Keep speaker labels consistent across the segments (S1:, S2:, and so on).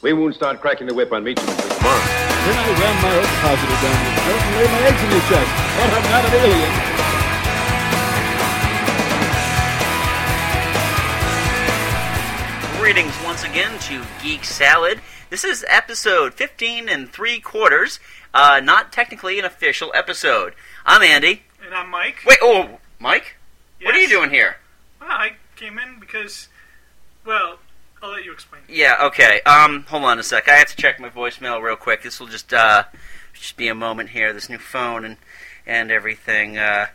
S1: We won't start cracking the whip on me till tomorrow.
S2: Then I ran my own positive down his throat and laid my eggs in his chest. But I'm not an alien.
S3: Greetings once again to Geek Salad. This is episode 15 and three quarters. Uh, not technically an official episode. I'm Andy.
S4: And I'm Mike.
S3: Wait, oh, Mike? What are you
S4: Yes?
S3: doing here?
S4: Well, I came in because, well, I'll let you explain.
S3: Yeah, okay. Um, hold on a sec. I have to check my voicemail real quick. This will just uh, just be a moment here. This new phone and and everything. Uh,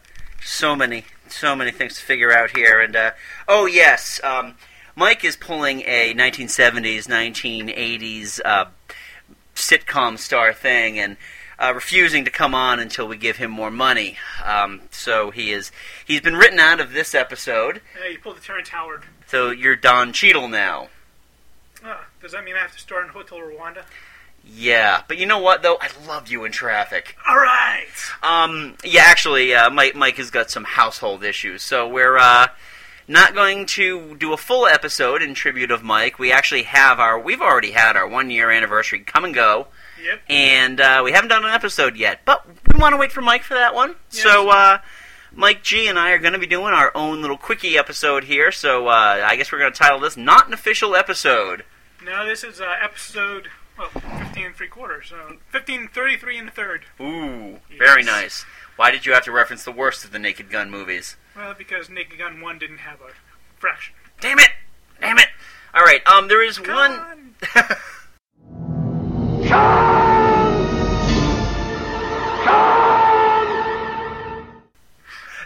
S3: so many, so many things to figure out here. And uh, oh yes, um, Mike is pulling a 1970s, 1980s uh, sitcom star thing and. Uh, refusing to come on until we give him more money, um, so he is—he's been written out of this episode.
S4: Hey, you pulled the Terrence Howard.
S3: So you're Don Cheadle now.
S4: Ah, does that mean I have to start in Hotel Rwanda?
S3: Yeah, but you know what though? I loved you in traffic.
S4: All right.
S3: Um, yeah, actually, uh, Mike Mike has got some household issues, so we're uh, not going to do a full episode in tribute of Mike. We actually have our we've already had our one year anniversary come and go,
S4: Yep.
S3: and uh, we haven't done an episode yet. But we want to wait for Mike for that one.
S4: Yeah.
S3: So uh, Mike G and I are going to be doing our own little quickie episode here. So uh, I guess we're going to title this "Not an Official Episode."
S4: Now this is uh, episode well, 15 and three quarters. So 15, 33 and a third.
S3: Ooh, very
S4: Yes.
S3: nice. Why did you have to reference the worst of the Naked Gun movies?
S4: Well, because Naked Gun one didn't have a fraction.
S3: Damn it! Damn it! All right. Um, there is
S4: Come
S3: one.
S4: on.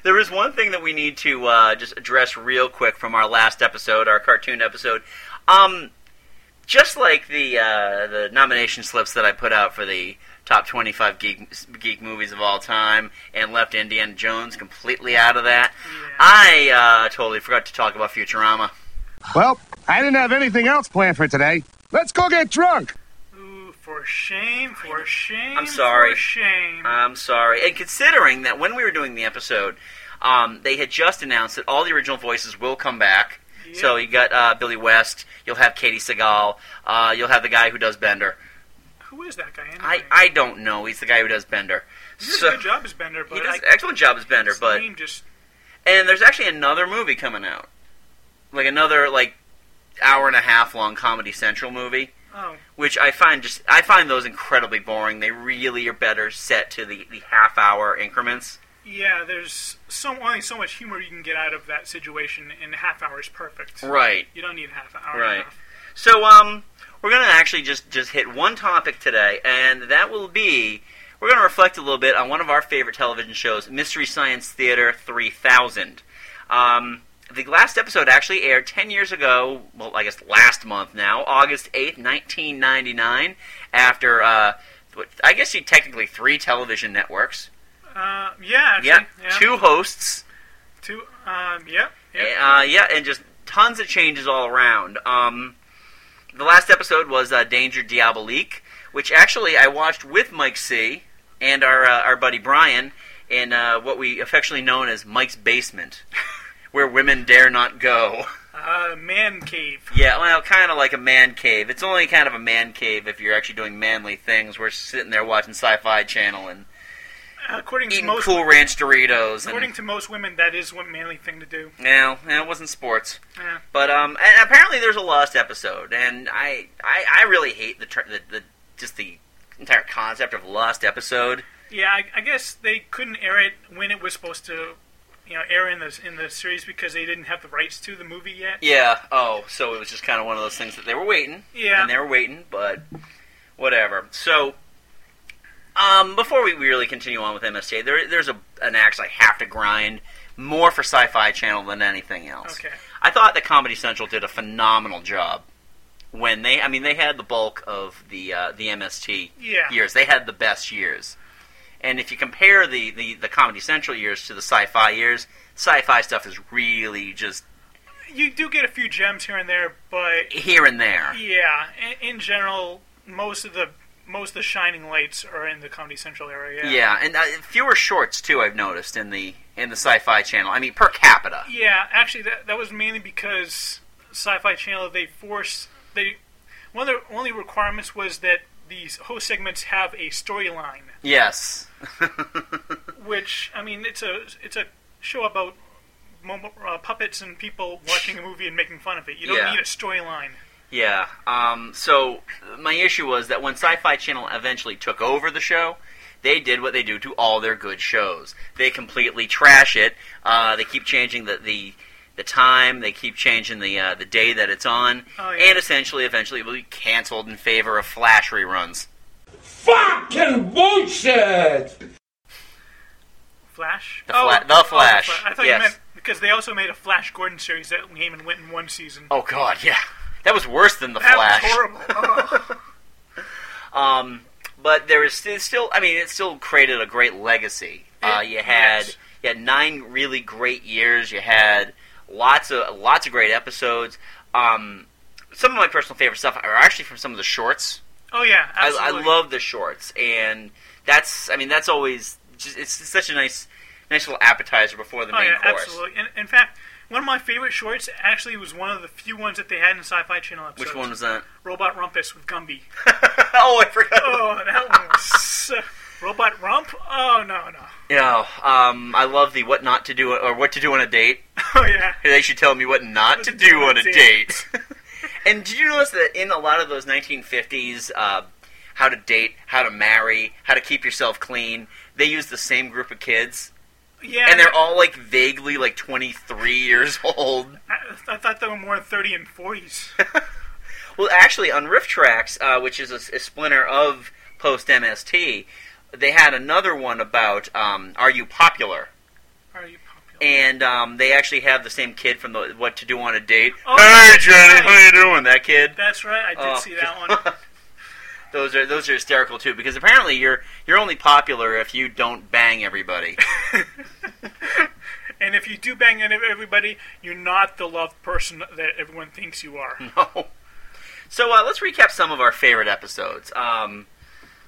S3: There is one thing that we need to uh, just address real quick from our last episode, our cartoon episode. Um, just like the uh, the nomination slips that I put out for the top twenty five geek geek movies of all time, and left Indiana Jones completely out of that. I uh, totally forgot to talk about Futurama.
S5: Well, I didn't have anything else planned for today. Let's go get drunk.
S4: Ooh, for shame, for shame.
S3: I'm sorry. Uh,
S4: For shame.
S3: I'm sorry. And considering that when we were doing the episode, um, they had just announced that all the original voices will come back. So you got uh, Billy West. You'll have Katie Seagal. Uh, you'll have the guy who does Bender.
S4: Who is that guy? Anyway?
S3: I, I don't know. He's the guy who does Bender.
S4: he does
S3: so-
S4: a good job as Bender, but
S3: He does
S4: I,
S3: an excellent job as Bender,
S4: his
S3: but
S4: name just
S3: and there's actually another movie coming out, like another like hour and a half long Comedy Central movie
S4: oh
S3: which I find just I find those incredibly boring. They really are better set to the, the half hour increments.
S4: yeah. There's so only so much humor you can get out of that situation, and a half hour is perfect.
S3: Right.
S4: You don't need a half hour.
S3: Right.
S4: Right.
S3: So um we're gonna actually just just hit one topic today, and that will be we're gonna reflect a little bit on one of our favorite television shows, Mystery Science Theater three thousand. Um the last episode actually aired 10 years ago, well, I guess last month now, August 8th, 1999, after, uh, what- I guess you technically three television networks.
S4: Uh, yeah. Actually,
S3: Yeah,
S4: yeah.
S3: two hosts.
S4: Two. Um. Yeah. Yeah.
S3: Uh, yeah, and just tons of changes all around. Um, the last episode was uh, Danger Diabolique, which actually I watched with Mike C. and our uh, our buddy Brian in uh, what we affectionately known as Mike's basement, where women dare not go.
S4: Uh, man cave.
S3: Yeah, well, kind of like a man cave. It's only kind of a man cave if you're actually doing manly things. We're sitting there watching Sci-Fi Channel and
S4: According to
S3: eating
S4: most.
S3: Cool Ranch Doritos.
S4: According
S3: And,
S4: to most women, that is one manly thing to do.
S3: no, no, it wasn't sports.
S4: Yeah.
S3: But um, and apparently there's a lost episode, and I I, I really hate the, ter- the the just the entire concept of lost episode.
S4: Yeah, I, I guess they couldn't air it when it was supposed to, you know, air in the in the series because they didn't have the rights to the movie yet.
S3: Yeah. Oh, so it was just kind of one of those things that they were waiting.
S4: Yeah.
S3: And they were waiting, but whatever. So. Um, before we really continue on with MSJ, there, there's a, an axe I have to grind more for Sci-Fi Channel than anything else.
S4: Okay.
S3: I thought that Comedy Central did a phenomenal job when they, I mean, they had the bulk of the uh, the MST
S4: Yeah.
S3: years. They had the best years. And if you compare the, the, the Comedy Central years to the sci-fi years, sci-fi stuff is really just
S4: You do get a few gems here and there, but
S3: here and there.
S4: yeah, in, in general, most of the most of the shining lights are in the Comedy Central area.
S3: Yeah, and uh, fewer shorts too. I've noticed in the in the Sci-Fi Channel. I mean, per capita.
S4: Yeah, actually, that that was mainly because Sci-Fi Channel they force they one of the only requirements was that these host segments have a storyline,
S3: Yes.
S4: which I mean, it's a it's a show about mo- uh, puppets and people watching a movie and making fun of it. You don't
S3: Yeah.
S4: need a storyline.
S3: Yeah. Um, so my issue was that when Sci-Fi Channel eventually took over the show, they did what they do to all their good shows. They completely trash it. Uh, they keep changing the, the the time. They keep changing the uh, the day that it's on,
S4: Oh, yeah.
S3: and essentially, eventually, it will be canceled in favor of Flash reruns.
S6: Fucking bullshit!
S4: Flash.
S3: The Fla- The
S4: oh,
S3: Flash,
S4: I thought
S3: yes.
S4: you meant because they also made a Flash Gordon series that Heyman went in one season.
S3: Oh God, yeah, that was worse than the
S4: that
S3: Flash.
S4: was horrible. Oh, Ugh.
S3: Um, but there is st- still, I mean, it still created a great legacy. Uh,
S4: It-
S3: you had
S4: yes.
S3: you had nine really great years. You had lots of lots of great episodes. Um, some of my personal favorite stuff are actually from some of the shorts.
S4: oh yeah,
S3: I, I
S4: absolutely.
S3: love the shorts, and that's, I mean, that's always just, it's such a nice nice little appetizer before the
S4: Oh
S3: main
S4: yeah,
S3: course.
S4: absolutely. In, in fact, one of my favorite shorts actually was one of the few ones that they had in Sci-Fi Channel episodes.
S3: Which one was that?
S4: Robot Rumpus with Gumby.
S3: oh, I forgot.
S4: Oh, that one was so- Robot Rump? Oh no no.
S3: Yeah, um, I love the what not to do or what to do on a date.
S4: Oh yeah.
S3: They should tell me what not to do on a date. and did you notice that in a lot of those 1950s, uh, how to date, how to marry, how to keep yourself clean, they use the same group of kids,
S4: Yeah.
S3: and they're all like vaguely like 23 years old.
S4: I, I thought they were more thirty and forties.
S3: Well, actually, on Riff Tracks, uh, which is a, s- a splinter of Post MST, they had another one about um, Are You Popular?
S4: Are you popular?
S3: and um, they actually have the same kid from the What to Do on a Date.
S4: Oh,
S3: hey,
S4: that's
S3: Jenny,
S4: right.
S3: how you doing? That kid.
S4: That's right. I did
S3: Oh.
S4: see that one.
S3: Those are those are hysterical too, because apparently you're you're only popular if you don't bang everybody.
S4: and if you do bang into everybody, you're not the love person that everyone thinks you are.
S3: no. So uh, let's recap some of our favorite episodes. Um,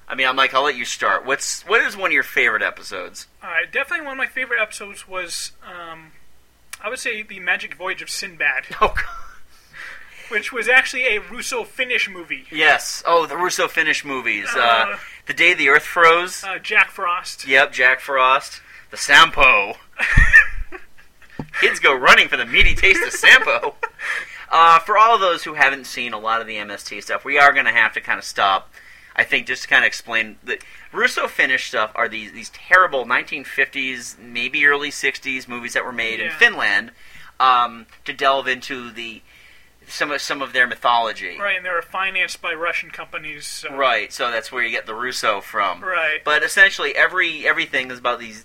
S3: I mean, I'm like, I'll let you start. What's what is one of your favorite episodes?
S4: Uh, definitely one of my favorite episodes was, um, I would say, the Magic Voyage of Sinbad,
S3: Oh, God.
S4: which was actually a Russo-Finnish movie.
S3: yes. Oh, the Russo Finnish movies. Uh,
S4: Uh.
S3: the day the Earth froze.
S4: Uh, Jack Frost.
S3: Yep, Jack Frost. The Sampo. Kids go running for the meaty taste of Sampo. Uh, for all those who haven't seen a lot of the MST stuff, we are going to have to kind of stop. I think just to kind of explain that Russo Finnish stuff are these these terrible 1950s, maybe early 60s movies that were made in
S4: Yeah.
S3: Finland um, to delve into the some of some of their mythology.
S4: Right, and they were financed by Russian companies. So.
S3: Right, so that's where you get the Russo from.
S4: Right.
S3: But essentially, every everything is about these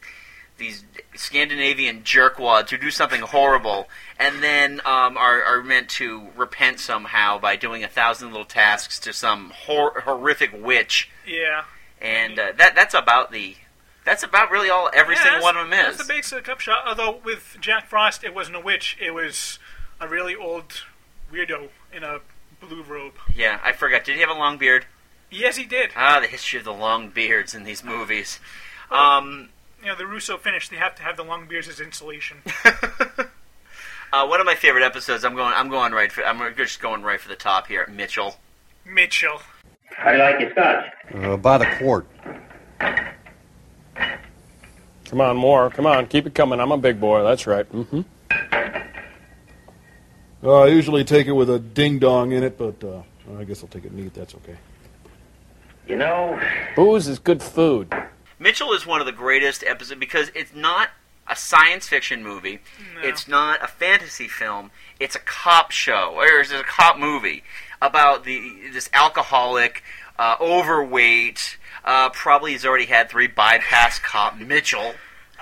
S3: these Scandinavian jerkwads who do something horrible and then um, are are meant to repent somehow by doing a thousand little tasks to some hor- horrific witch,
S4: Yeah.
S3: and uh, that that's about the that's about really all every
S4: Yeah,
S3: single
S4: that's-
S3: one of them is.
S4: That's the basic cup shot. Although with Jack Frost, it wasn't a witch; it was a really old weirdo in a blue robe.
S3: yeah, I forgot. Did he have a long beard?
S4: Yes, he did.
S3: Ah, the history of the long beards in these movies. Um,
S4: You know, the Russo Finnish, they have to have the long beards as insulation.
S3: Uh, one of my favorite episodes. I'm going. I'm going right for. I'm just going right for the top here. Mitchell.
S4: Mitchell.
S7: How do you like your scotch?
S8: Uh, about a quart.
S9: Come on, more. Come on, keep it coming. I'm a big boy. That's right. Mm-hmm.
S10: Uh, I usually take it with a ding dong in it, but uh, I guess I'll take it neat. That's okay.
S7: You know,
S9: Booze is good food.
S3: Mitchell is one of the greatest episodes because it's not a science fiction movie. It's not a fantasy film. It's a cop show or it's a cop movie about the this alcoholic, uh, overweight. Uh, probably has already had three bypass cop Mitchell.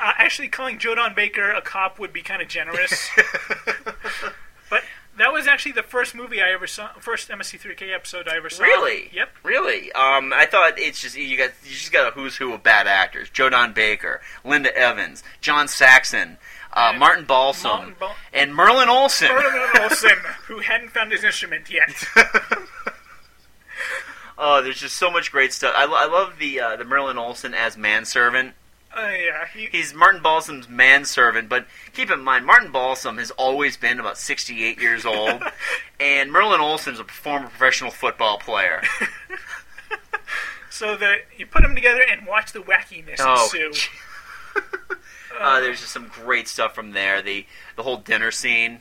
S4: Uh, actually, calling Jodan Baker a cop would be kind of generous. but that was actually the first movie I ever saw, first MSC3K episode I ever saw.
S3: Really?
S4: Yep.
S3: Really? Um, I thought it's just you got you just got a who's who of bad actors: Joe Don Baker, Linda Evans, John Saxon, uh,
S4: And
S3: Martin Balsam,
S4: Martin Bal-
S3: and Merlin Olsen.
S4: Herman Olsen, who hadn't found his instrument yet.
S3: uh, Oh, there's just so much great stuff. I, lo- I love the uh, the Merlin Olsen as manservant.
S4: Uh, yeah, he,
S3: He's Martin Balsam's manservant, but keep in mind, Martin Balsam has always been about 68 years old, and Merlin Olsen's a former professional football player.
S4: so the you put them together and watch the wackiness
S3: Oh,
S4: ensue.
S3: Uh, there's just some great stuff from there. The the whole dinner scene.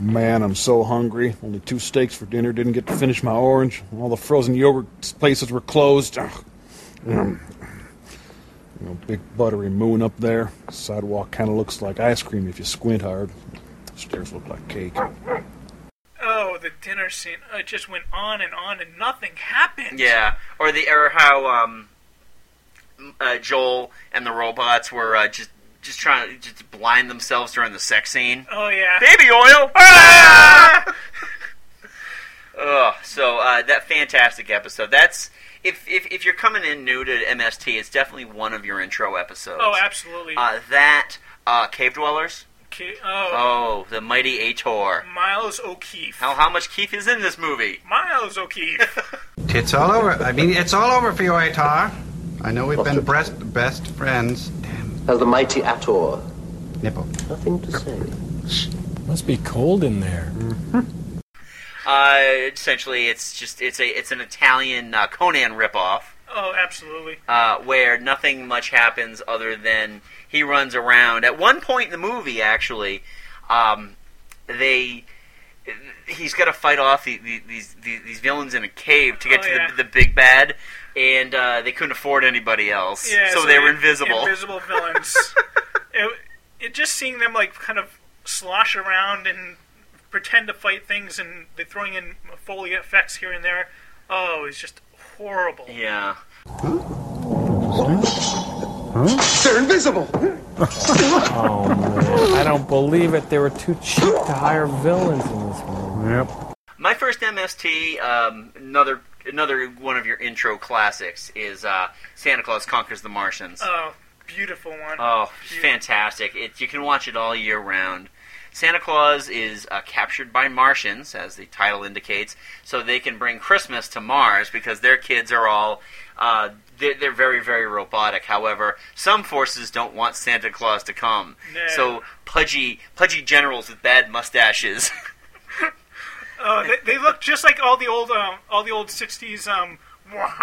S8: Man, I'm so hungry. Only two steaks for dinner. Didn't get to finish my orange. All the frozen yogurt places were closed. Ugh. Mm. You know, big buttery moon up there. Sidewalk kind of looks like ice cream if you squint hard. Stairs look like cake.
S4: Oh, the dinner scene. Uh, it just went on and on and nothing happened.
S3: Yeah, or the or how um, uh, Joel and the robots were uh, just just trying to just blind themselves during the sex scene.
S4: Oh yeah.
S3: Baby oil. Ah! Ugh, so uh, that fantastic episode. That's if, if if you're coming in new to MST, it's definitely one of your intro episodes.
S4: Oh, absolutely.
S3: Uh, that uh, cave dwellers.
S4: Ki- oh,
S3: Oh, the mighty Ator.
S4: Miles O'Keefe.
S3: oh. How how much Keith is in this movie?
S4: Miles O'Keefe.
S11: It's all over. I mean, it's all over for you, Atar. I know we've been best, best friends. Damn.
S12: As the mighty Ator,
S11: Nipple.
S12: nothing to say.
S9: Must be cold in there.
S3: Uh, essentially, it's just it's a it's an Italian uh, Conan ripoff
S4: oh, absolutely.
S3: uh, where nothing much happens other than he runs around. At one point in the movie, actually, um, they he's got to fight off the, the, these the, these villains in a cave to get
S4: Oh,
S3: to
S4: yeah.
S3: the, the big bad, and uh, they couldn't afford anybody else,
S4: Yeah.
S3: so, they were
S4: in-
S3: invisible.
S4: Invisible villains. it, it just seeing them like kind of slosh around and pretend to fight things, and they're throwing in foley effects here and there. Oh, it's just horrible.
S3: yeah.
S13: They're invisible.
S9: I don't believe it. They were too cheap to hire villains in this movie. Yep.
S3: My first MST, um, another another one of your intro classics is uh, Santa Claus Conquers the Martians.
S4: Oh, beautiful one.
S3: Oh, it's fantastic! It, you can watch it all year round. Santa Claus is uh, captured by Martians, as the title indicates, so they can bring Christmas to Mars because their kids are all. Uh, they're, they're very, very robotic. However, some forces don't want Santa Claus to come.
S4: No.
S3: So pudgy, pudgy generals with bad mustaches.
S4: Oh, they, they look just like all the old, um, all the old '60s, um,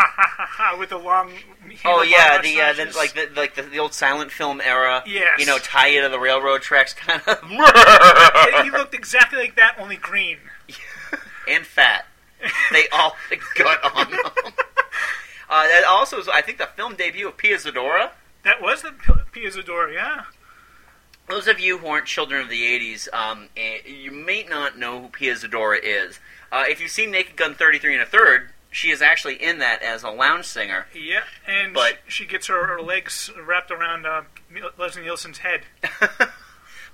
S4: with the long.
S3: oh
S4: handlebar
S3: yeah, the, uh, the
S4: mustaches.
S3: like the like the, the old silent film era.
S4: Yes.
S3: You know, tie you to the railroad tracks, kind of.
S4: He looked exactly like that, only green.
S3: and fat. They all got on them. Uh, that also is, I think, the film debut of Pia Zadora.
S4: That was the Pia Zadora, yeah.
S3: Those of you who aren't children of the 80s, um, eh, you may not know who Pia Zadora is. Uh, if you've seen Naked Gun 33 and a Third, she is actually in that as a lounge singer.
S4: Yeah, and
S3: But-
S4: she, she gets her, her legs wrapped around uh, Leslie Nielsen's head.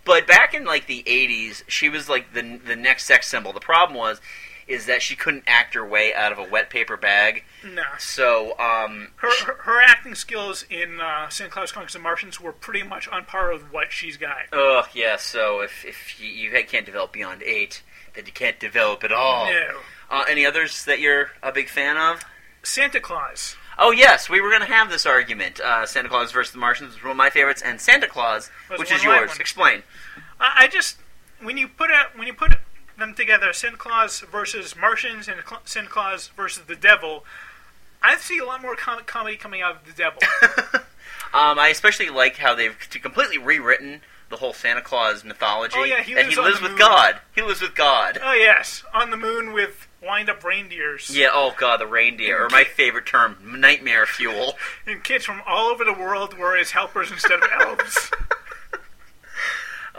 S3: But back in like the 80s, she was like the the next sex symbol. The problem was is that she couldn't act her way out of a wet paper bag.
S4: No.
S3: So, um,
S4: Her, her, her acting skills in uh, Santa Claus Conquers the Martians were pretty much on par with what she's got.
S3: Ugh, yeah. So if if you, you can't develop beyond eight, then you can't develop at all.
S4: No.
S3: Uh, any others that you're a big fan of?
S4: Santa Claus.
S3: Oh yes, we were going to have this argument. Uh, Santa Claus versus the Martians was one of my favorites, and Santa Claus,
S4: Was
S3: which
S4: one
S3: is
S4: of my
S3: yours.
S4: ones.
S3: Explain.
S4: I, I just when you put out when you put them together, Santa Claus versus Martians and Cl- Santa Claus versus the Devil. I see a lot more com- comedy coming out of the Devil.
S3: Um, I especially like how they've c- completely rewritten the whole Santa Claus mythology.
S4: Oh, yeah, he
S3: that
S4: lives
S3: he
S4: on
S3: lives
S4: the
S3: with
S4: moon.
S3: God. He lives with God.
S4: oh yes, on the moon with wind up reindeers.
S3: Yeah. Oh God, the reindeer, or my favorite term, nightmare fuel.
S4: And kids from all over the world were his helpers instead of elves.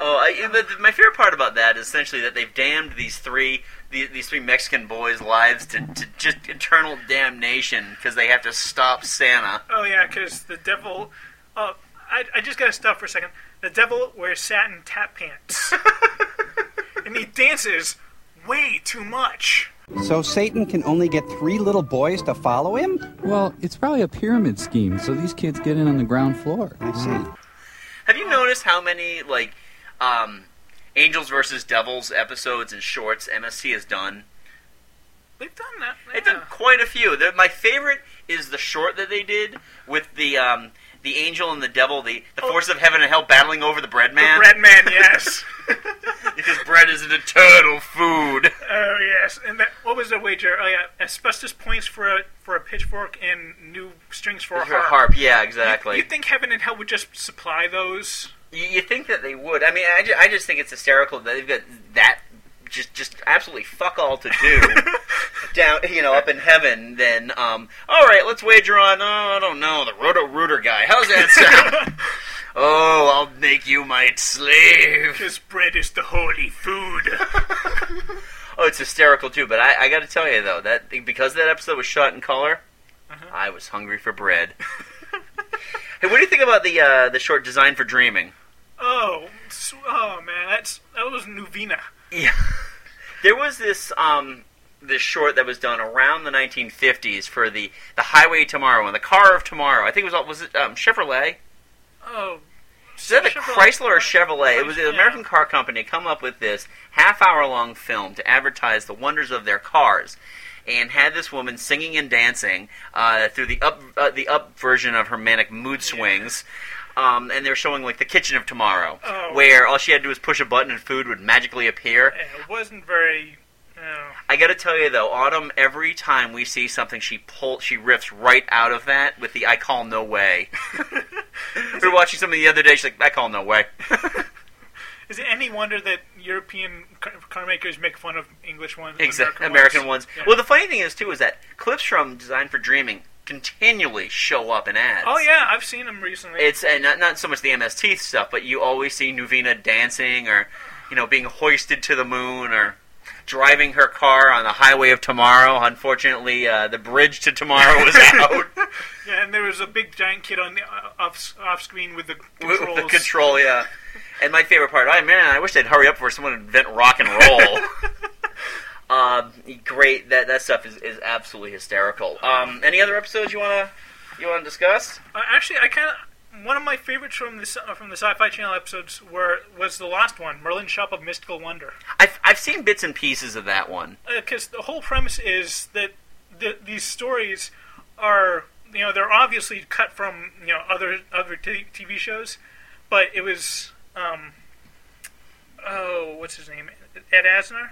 S3: Oh, I, but my favorite part about that is essentially that they've damned these three these, these three Mexican boys' lives to, to just eternal damnation because they have to stop Santa.
S4: Oh yeah, because the devil. Oh, I, I just gotta stop for a second. The devil wears satin tap pants, and he dances way too much.
S11: So Satan can only get three little boys to follow him?
S12: Well, it's probably a pyramid scheme, so these kids get in on the ground floor.
S11: I see.
S3: Have you noticed how many like um, Angels versus Devils episodes and shorts MSC has done?
S4: They've done that.
S3: They've
S4: yeah.
S3: done quite a few. they my favorite is the short that they did with the um, the angel and the devil, the, the force of heaven and hell battling over the bread man?
S4: Oh. Bread man, yes.
S3: because bread is an eternal food.
S4: Oh yes, and that, what was the wager? Oh yeah, asbestos points for a for a pitchfork and new strings for a
S3: For a
S4: harp.
S3: harp, yeah, exactly.
S4: You, you think heaven and hell would just supply those?
S3: You, you think that they would? I mean, I just, I just think it's hysterical that they've got that just just absolutely fuck all to do down, you know, up in heaven. Then, um, all right, let's wager on. Oh, I don't know, the Roto Rooter guy. How's that sound? oh, I'll make you my slave.
S4: Because bread is the holy food.
S3: Oh, it's hysterical too. But I, I got to tell you though that because that episode was shot in color, I was hungry for bread. hey, what do you think about the uh, the short design for dreaming?
S4: Oh, s- oh man, that's that was Nuvina.
S3: Yeah. There was this um this short that was done around the 1950s for the the Highway to Tomorrow and the Car of Tomorrow. I think it was was it um, Chevrolet?
S4: Oh,
S3: Is that a
S4: Chevrolet.
S3: Chrysler or Chevrolet? It was an
S4: Yeah.
S3: American car company come up with this half hour long film to advertise the wonders of their cars. And had this woman singing and dancing uh, through the up uh, the up version of her manic mood swings, um, and they're showing like the kitchen of tomorrow,
S4: Oh.
S3: where all she had to do was push a button and food would magically appear.
S4: yeah, it wasn't very. Oh,
S3: I gotta tell you though, Autumn. Every time we see something, she pull, she rips right out of that with the "I call no way." we were watching something the other day. She's like, "I call no way."
S4: is it any wonder that European car, car makers make fun of English ones?
S3: Exactly.
S4: American
S3: American
S4: ones.
S3: ones.
S4: Yeah.
S3: Well, the funny thing is too is that clips from Design for Dreaming continually show up in ads.
S4: Oh yeah, I've seen them recently.
S3: It's and not not so much the MST stuff, but you always see Nuvina dancing or, you know, being hoisted to the moon or. Driving her car on the highway of tomorrow. Unfortunately, uh, the bridge to tomorrow was out.
S4: yeah, and there was a big giant kid on the uh, off off screen with the
S3: with,
S4: controls.
S3: with the control, yeah. And my favorite part, I man, I wish they'd hurry up before someone invent rock and roll. um, great, that that stuff is, is absolutely hysterical. Um, any other episodes you wanna you wanna discuss?
S4: Uh, actually, I kind of one of my favorites from this uh, from the Sci-Fi Channel episodes were was the last one, Merlin Shop of Mystical Wonder,
S3: I've I've seen bits and pieces of that one.
S4: because uh, the whole premise is that the, these stories are you know they're obviously cut from you know other other t- TV shows, but it was um oh what's his name Ed Asner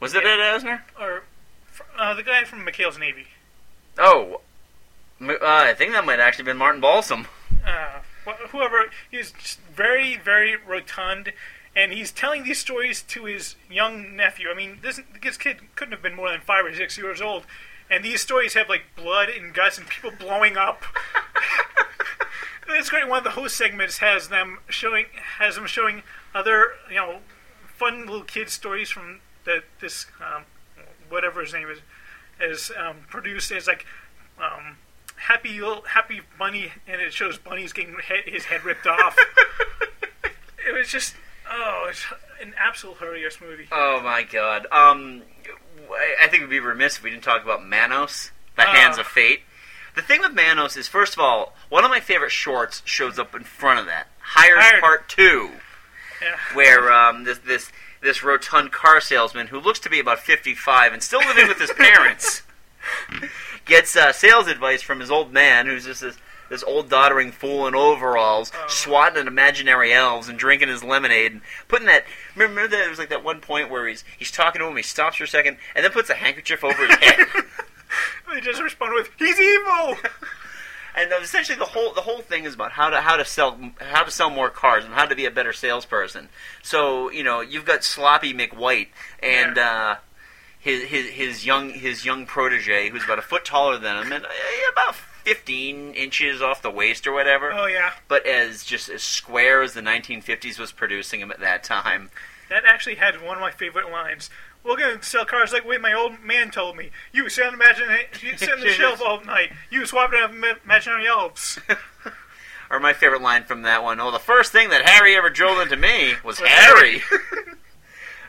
S3: Was it Ed Asner?
S4: or uh, the guy from McHale's Navy.
S3: Oh, m- uh, I think that might actually have been Martin Balsam.
S4: uh, wh- whoever he's just very very rotund and he's telling these stories to his young nephew i mean this, this kid couldn't have been more than five or six years old and these stories have like blood and guts and people blowing up And it's great one of the host segments has them showing has them showing other you know fun little kid stories from the, this um, whatever his name is is um, produced as like um, happy little happy bunny, and it shows bunny's getting he- his head ripped off. it was just oh, it's an absolute hilarious movie.
S3: Oh my God. Um, I- I think we'd be remiss if we didn't talk about Manos, the Hands of Fate. The thing with Manos is, first of all, one of my favorite shorts shows up in front of that. Hires
S4: Hired.
S3: Part Two,
S4: Yeah.
S3: where um, this this this rotund car salesman who looks to be about fifty five and still living with his parents gets uh, sales advice from his old man, who's just this this old doddering fool in overalls,
S4: Oh.
S3: swatting at imaginary elves and drinking his lemonade and putting that. Remember that it was like that one point where he's he's talking to him, he stops for a second, and then puts a handkerchief over his head.
S4: They just respond with "He's evil."
S3: and essentially the whole the whole thing is about how to how to sell how to sell more cars and how to be a better salesperson. So you know you've got sloppy McWhite and uh, his, his his young his young protege who's about a foot taller than him and uh, about fifteen inches off the waist or whatever.
S4: oh yeah,
S3: But as just as square as the 1950s was producing him at that time.
S4: that actually had one of my favorite lines. We're gonna sell cars like the way my old man told me. You sit on imaginary, you sit on the shelf all night. You swap it out with imaginary elves.
S3: Or my favorite line from that one, oh, the first thing that Harry ever drilled into me was Harry.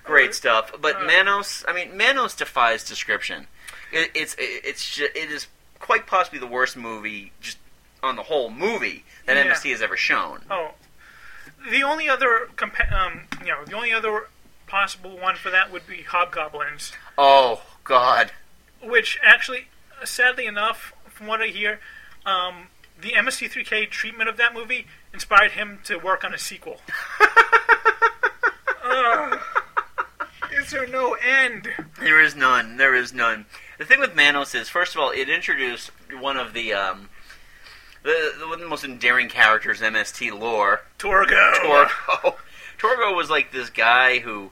S3: Great stuff. But Manos, I mean, Manos defies description. It, it's it, it's ju- it is quite possibly the worst movie just on the whole movie that
S4: Yeah.
S3: MST has ever shown.
S4: Oh, the only other compa- um, you know, the only other possible one for that would be hobgoblins.
S3: Oh God.
S4: uh, which actually, sadly enough, from what I hear, um, the MST3K treatment of that movie inspired him to work on a sequel. Ugh. is there no end?
S3: There is none. There is none. The thing with Manos is, first of all, it introduced one of the um, the, the, one of the most endearing characters in MST lore,
S4: Torgo.
S3: Torgo. Oh. Torgo was like this guy who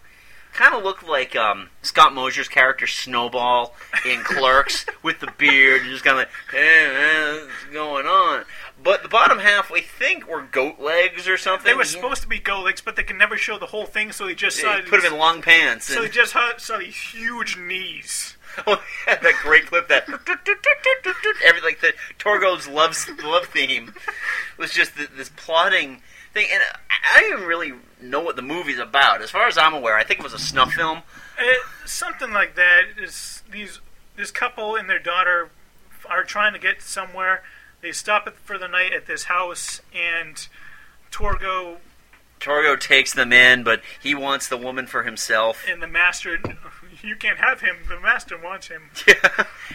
S3: kind of looked like um, Scott Mosier's character Snowball in Clerks with the beard, just kind of like, hey, man, what's going on? But the bottom half, we think, were goat legs or something.
S4: They were supposed to be Golics, but they could never show the whole thing, so they just saw
S3: They put him in long pants.
S4: So they
S3: and-
S4: just hu- saw these huge knees.
S3: Oh, yeah, that great clip that every like the Torgo's love love theme was just th this plotting thing, and I, I don't even really know what the movie's about. As far as I'm aware, I think it was a snuff film.
S4: It, something like that is these this couple and their daughter are trying to get somewhere. They stop it for the night at this house, and Torgo
S3: Torgo takes them in, but he wants the woman for himself,
S4: and the master. You can't have him. The master wants him.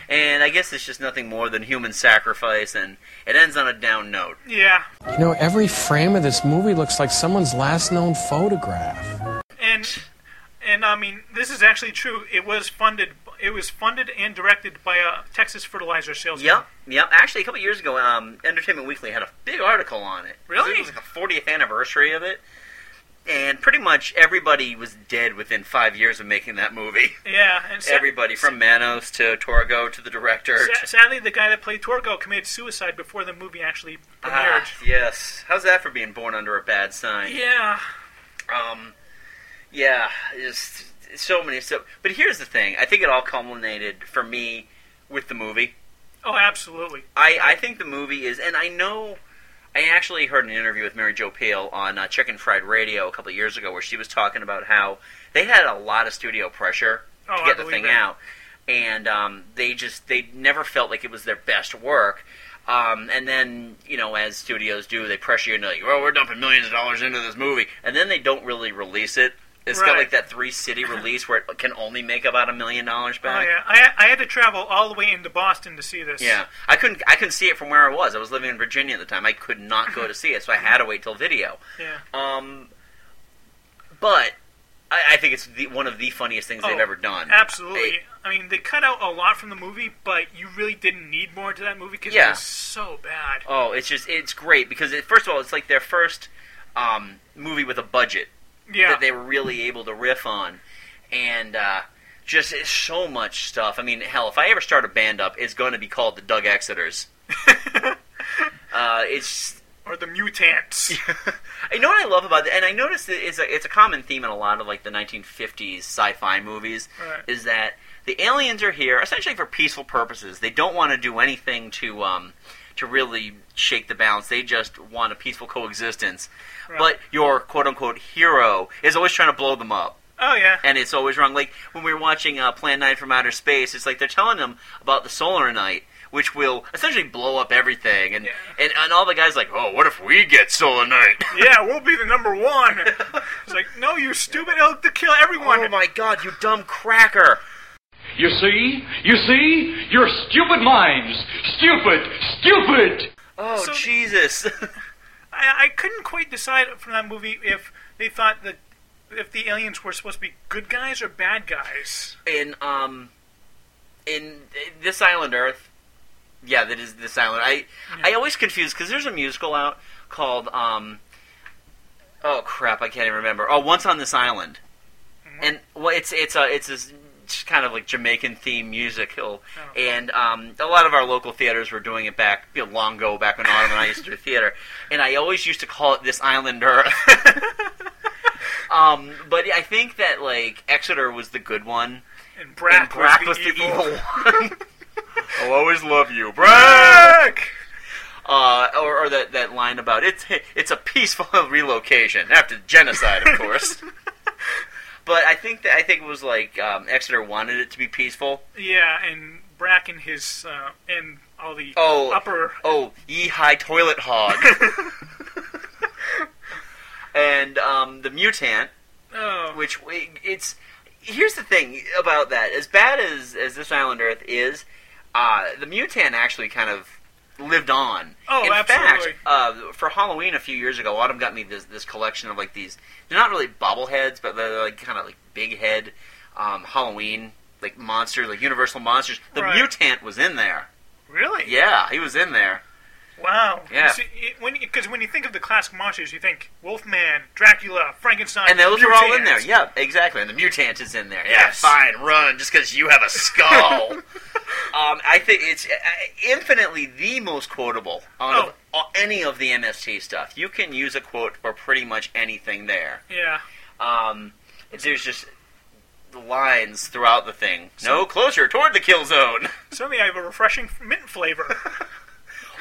S3: and I guess it's just nothing more than human sacrifice, and it ends on a down note.
S4: Yeah,
S9: You know, every frame of this movie looks like someone's last known photograph.
S4: and and I mean this is actually true. It was funded. It was funded and directed by a Texas fertilizer salesman.
S3: Yep, yep. Actually, a couple years ago, um, Entertainment Weekly had a big article on it.
S4: Really?
S3: It was like the 40th anniversary of it. And pretty much everybody was dead within five years of making that movie.
S4: Yeah, and sa-
S3: everybody, from Manos to Torgo to the director.
S4: sa- sadly, the guy that played Torgo committed suicide before the movie actually premiered.
S3: Ah, yes. How's that for being born under a bad sign?
S4: Yeah.
S3: Um, yeah, just so many. So, but here's the thing. I think it all culminated for me with the movie.
S4: Oh, absolutely.
S3: I, I think the movie is, and I know, I actually heard an interview with Mary Jo Peel on uh, Chicken Fried Radio a couple of years ago where she was talking about how they had a lot of studio pressure
S14: Oh,
S3: to
S14: I
S3: get the
S14: believe
S3: thing
S14: it.
S3: out, and um, they just they never felt like it was their best work. Um, and then you know, as studios do, they pressure you into like, well, we're dumping millions of dollars into this movie, and then they don't really release it. It's got
S4: Right.
S3: like that three city release where it can only make about a million dollars
S4: Oh,
S3: back.
S4: yeah. I, I had to travel all the way into Boston to see this.
S3: Yeah, I couldn't. I couldn't see it from where I was. I was living in Virginia at the time. I could not go to see it, so I had to wait till video.
S4: Yeah.
S3: Um, but I, I think it's the, one of the funniest things they've
S4: Oh,
S3: ever done.
S4: Absolutely. I mean, they cut out a lot from the movie, but you really didn't need more to that movie because
S3: Yeah.
S4: it was so bad.
S3: Oh, it's just it's great because it, first of all, it's like their first um, movie with a budget
S4: Yeah.
S3: that they were really able to riff on, and uh, just it's so much stuff. I mean, hell, if I ever start a band up, it's going to be called the Doug Exeters. uh, it's
S4: Or the mutants.
S3: You know what I love about it, and I noticed it is a, it's a common theme in a lot of like the 1950s sci-fi movies,
S14: Right.
S3: is that the aliens are here essentially for peaceful purposes. They don't want to do anything to um, to really shake the balance. They just want a peaceful coexistence.
S4: Right.
S3: But your quote unquote hero is always trying to blow them up.
S4: Oh yeah.
S3: And it's always wrong. Like when we were watching uh, Plan 9 from Outer Space, it's like they're telling them about the solar night, which will essentially blow up everything. And, and, and all the guys like, oh, what if we get solar night?
S4: yeah, we'll be the number one. It's like, no, you stupid elk to kill everyone. Oh
S3: my god, you dumb cracker.
S12: You see? You see? Your stupid minds! Stupid! Stupid!
S3: Oh, Jesus.
S4: I, I couldn't quite decide from that movie if they thought that if the aliens were supposed to be good guys or bad guys.
S3: in um in this island Earth. Yeah, that is this island. I I always confuse because there's a musical out called um oh crap I can't even remember. Oh, once on this island, and well it's it's a it's this just kind of like Jamaican theme musical, and um, a lot of our local theaters were doing it back you know, long ago back when Autumn and I used to do theater, and I always used to call it this island Earth. um, but I think that like Exeter was the good one.
S4: And Brack,
S3: was the evil,
S4: evil.
S3: one. I'll always love you, Brack. Uh, or, or that, that line about it's it's a peaceful relocation after genocide, of course. but I think that I think it was like um, Exeter wanted it to be peaceful.
S4: yeah, and Brack and his uh, and all the
S3: Oh,
S4: upper.
S3: Oh, ye high toilet hog. and um, the mutant,
S4: Oh.
S3: which we- it's here's the thing about that. As bad as as this island Earth is, uh, the mutant actually kind of lived on.
S4: Oh,
S3: In
S4: absolutely.
S3: fact, uh, for Halloween a few years ago, Autumn got me this this collection of like these. They're not really bobbleheads, but they're like kind of like big head um, Halloween like monsters, like Universal monsters. The
S4: Right.
S3: mutant was in there.
S4: Really?
S3: Yeah, he was in there.
S4: Wow.
S3: Yeah.
S4: Because when, you- 'cause when you think of the classic monsters, you think Wolfman, Dracula, Frankenstein,
S3: And those are all in there.
S4: mutants.
S3: Yeah, exactly. And the mutant is in there. Yeah,
S4: Yes.
S3: fine, run, just because you have a skull. um, I think it's uh, infinitely the most quotable out of uh, any of the MST stuff. You can use a quote for pretty much anything there.
S4: Yeah.
S3: Um, there's just lines throughout the thing. No
S4: So-
S3: closer toward the kill zone.
S4: Suddenly I have a refreshing mint flavor.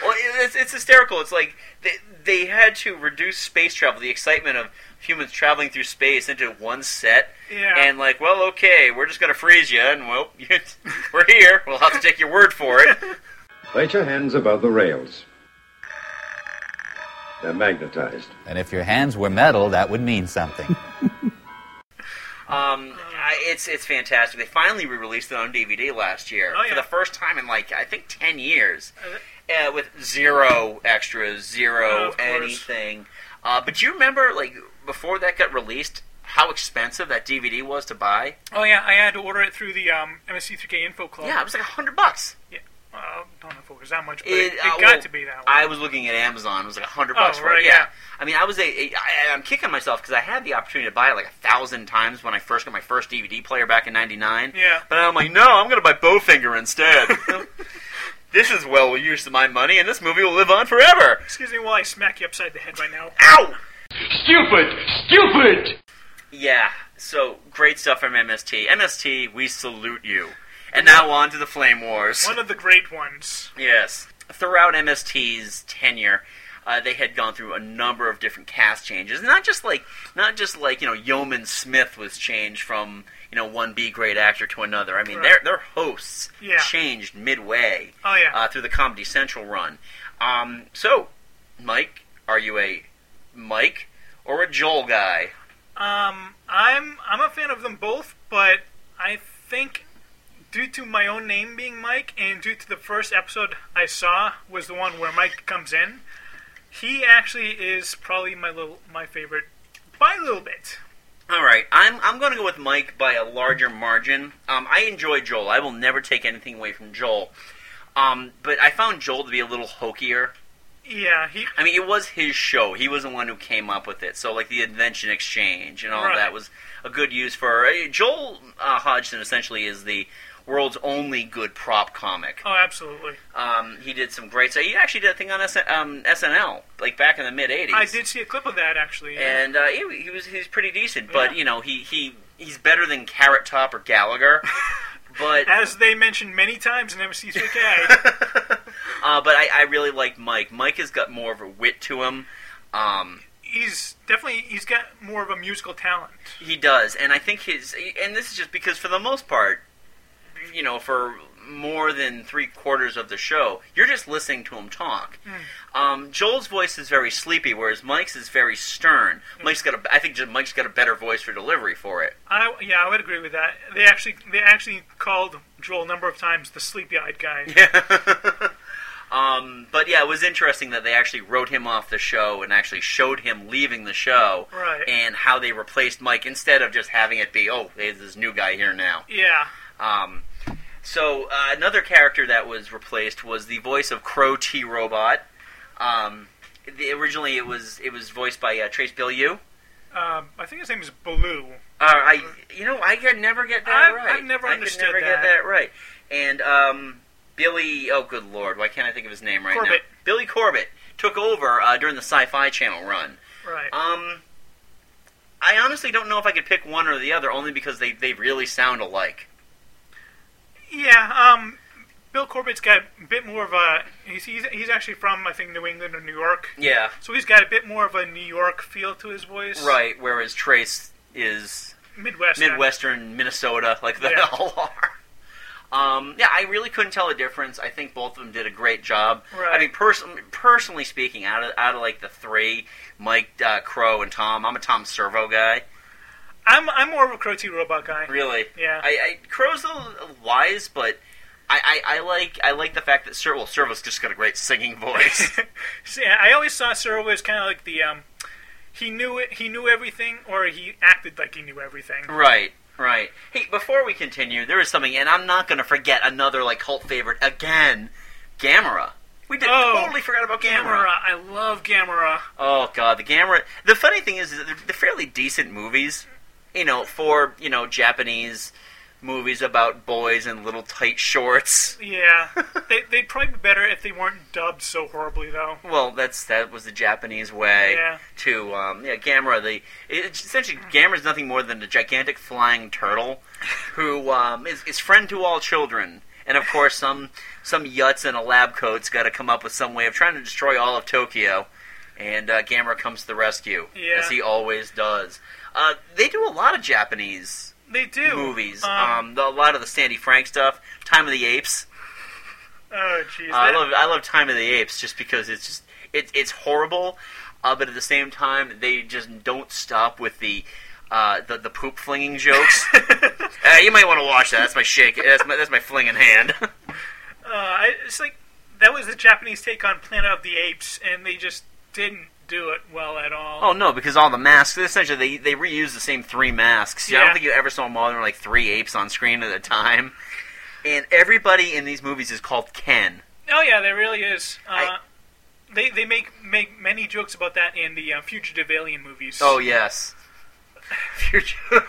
S3: Well, it- it's, it's hysterical. It's like they, they had to reduce space travel, the excitement of humans traveling through space, into one set.
S4: Yeah.
S3: And like, well, okay, we're just gonna freeze you, and well, we're here. We'll have to take your word for it.
S2: Place your hands above the rails. They're magnetized.
S15: And if your hands were metal, that would mean something.
S3: Um, I, it's it's fantastic. They finally re-released it on DVD last year
S16: Oh,
S3: for the first time in like I think ten years, uh, with zero extras,
S16: Oh,
S3: zero
S16: of course.
S3: anything. Uh, but do you remember like before that got released, how expensive that DVD was to buy?
S4: oh yeah, I had to order it through the um, MSC3K Info Club.
S3: Yeah, it was like hundred bucks.
S4: Yeah, well, I don't know if it was that much, but
S3: It,
S4: it,
S3: uh,
S4: got
S3: well,
S4: to be that. Much.
S3: I was looking at Amazon. It was like hundred
S4: Oh,
S3: bucks for
S4: right,
S3: it. Yeah.
S4: yeah.
S3: I mean, I was a. a I, I'm kicking myself because I had the opportunity to buy it like a thousand times when I first got my first DVD player back in '99.
S4: Yeah.
S3: But I'm like, no, I'm going to buy Bowfinger instead. this is well used of my money, and this movie will live on forever.
S4: Excuse me while I smack you upside the head right now.
S3: Ow!
S17: Stupid! Stupid!
S3: Yeah. So great stuff from MST. MST, we salute you. And now on to the Flame Wars.
S4: One of the great ones.
S3: Yes. Throughout MST's tenure, uh, they had gone through a number of different cast changes. Not just like, not just like you know, Yeoman Smith was changed from you know one B grade actor to another. I mean, their
S4: Right.
S3: their hosts
S4: Yeah.
S3: changed midway.
S4: Oh, yeah.
S3: Uh, through the Comedy Central run. Um, so, Mike, are you a Mike or a Joel guy?
S4: Um, I'm I'm a fan of them both, but I think due to my own name being Mike and due to the first episode I saw was the one where Mike comes in, he actually is probably my little my favorite by a little bit.
S3: All right, I'm I'm going to go with Mike by a larger margin. Um, I enjoy Joel. I will never take anything away from Joel. Um, but I found Joel to be a little hokier.
S4: Yeah, he
S3: I mean, it was his show. He was the one who came up with it. So, like the invention exchange and all
S4: Right.
S3: that was a good use for uh, Joel uh, Hodgson. Essentially, is the world's only good prop comic.
S4: oh absolutely.
S3: Um, he did some great stuff. He actually did a thing on SN- um, SNL, like back in the mid '80s
S4: I did see a clip of that actually.
S3: and uh, he, he was he's pretty decent. But you know, he, he he's better than Carrot Top or Gallagher. but
S4: as they mentioned many times in MSC3K,
S3: uh, but I, I really like Mike. Mike has got more of a wit to him. Um,
S4: he's definitely he's got more of a musical talent.
S3: he does, and I think his and this is just because for the most part, you know, for more than three quarters of the show, you're just listening to him talk. Um, Joel's voice is very sleepy, whereas Mike's is very stern. Mike's got a, I think Mike's got a better voice for delivery for it.
S4: I yeah, I would agree with that. They actually they actually called Joel a number of times the sleepy-eyed guy.
S3: Um, but yeah, it was interesting that they actually wrote him off the show and actually showed him leaving the show,
S4: Right.
S3: and how they replaced Mike instead of just having it be, oh, there's this new guy here now.
S4: Yeah.
S3: Um, so uh, another character that was replaced was the voice of Crow T Robot. Um, the, originally, it was it was voiced by uh, Trace Bilyeu.
S4: Um, I think his name is Baloo.
S3: Uh, I, you know, I could never get that
S4: I've-
S3: right.
S4: I've never
S3: I could
S4: understood
S3: never get
S4: that.
S3: that right. And um, Billy, oh good lord, why can't I think of his name right
S4: Corbett.
S3: now? Billy Corbett took over uh, during the Sci-Fi Channel run.
S4: Right.
S3: Um, I honestly don't know if I could pick one or the other, only because they they really sound alike.
S4: Yeah. Um, Bill Corbett's got a bit more of a. He's, he's he's actually from I think New England or New York.
S3: Yeah.
S4: So he's got a bit more of a New York feel to his voice.
S3: Right. Whereas Trace is
S4: Midwest.
S3: Midwestern Minnesota, like they
S4: Yeah.
S3: all are. Um, yeah, I really couldn't tell the difference. I think both of them did a great job. I
S4: Right.
S3: mean, pers- personally speaking, out of out of like the three, Mike, uh, Crow, and Tom, I'm a Tom Servo guy.
S4: I'm I'm more of a Crow T robot guy.
S3: Really,
S4: Yeah.
S3: I, I Crow's a little wise, but I, I, I like I like the fact that Sir well Servo's just got a great singing voice.
S4: See, I always saw Sir as kind of like the um, he knew it, he knew everything, or he acted like he knew everything.
S3: right, right. Hey, before we continue, there is something, and I'm not going to forget another like cult favorite again, Gamera. We did
S4: Oh.
S3: totally forgot about Gamera.
S4: Gamera. I love Gamera.
S3: Oh god, the Gamera. The funny thing is, is that they're, they're fairly decent movies, you know, for you know Japanese movies about boys in little tight shorts.
S4: Yeah, they, they'd probably be better if they weren't dubbed so horribly, though.
S3: Well, that's that was the Japanese way
S4: Yeah.
S3: to um, yeah, Gamera. The it's essentially Gamera's nothing more than a gigantic flying turtle who um, is, is friend to all children. And of course, some some yuts in a lab coat's got to come up with some way of trying to destroy all of Tokyo, and uh, Gamera comes to the rescue
S4: Yeah.
S3: as he always does. Uh, they do a lot of Japanese
S4: They do
S3: movies.
S4: Um,
S3: Um, the, a lot of the Sandy Frank stuff, Time of the Apes.
S4: oh, jeez.
S3: Uh, I
S4: that-
S3: love I love Time of the Apes just because it's just it, it's horrible, uh, but at the same time they just don't stop with the uh, the, the poop flinging jokes. uh, you might want to watch that. That's my shake. That's my that's my flinging hand.
S4: Uh, I, it's like that was the Japanese take on Planet of the Apes, and they just didn't do it well at all.
S3: oh no, because all the masks essentially they they reuse the same three masks. Yeah, I
S4: Yeah.
S3: don't think you ever saw more than like three apes on screen at a time. And everybody in these movies is called Ken.
S4: Oh yeah, there really is. Uh, they they make make many jokes about that in the uh, fugitive alien movies.
S3: Oh yes.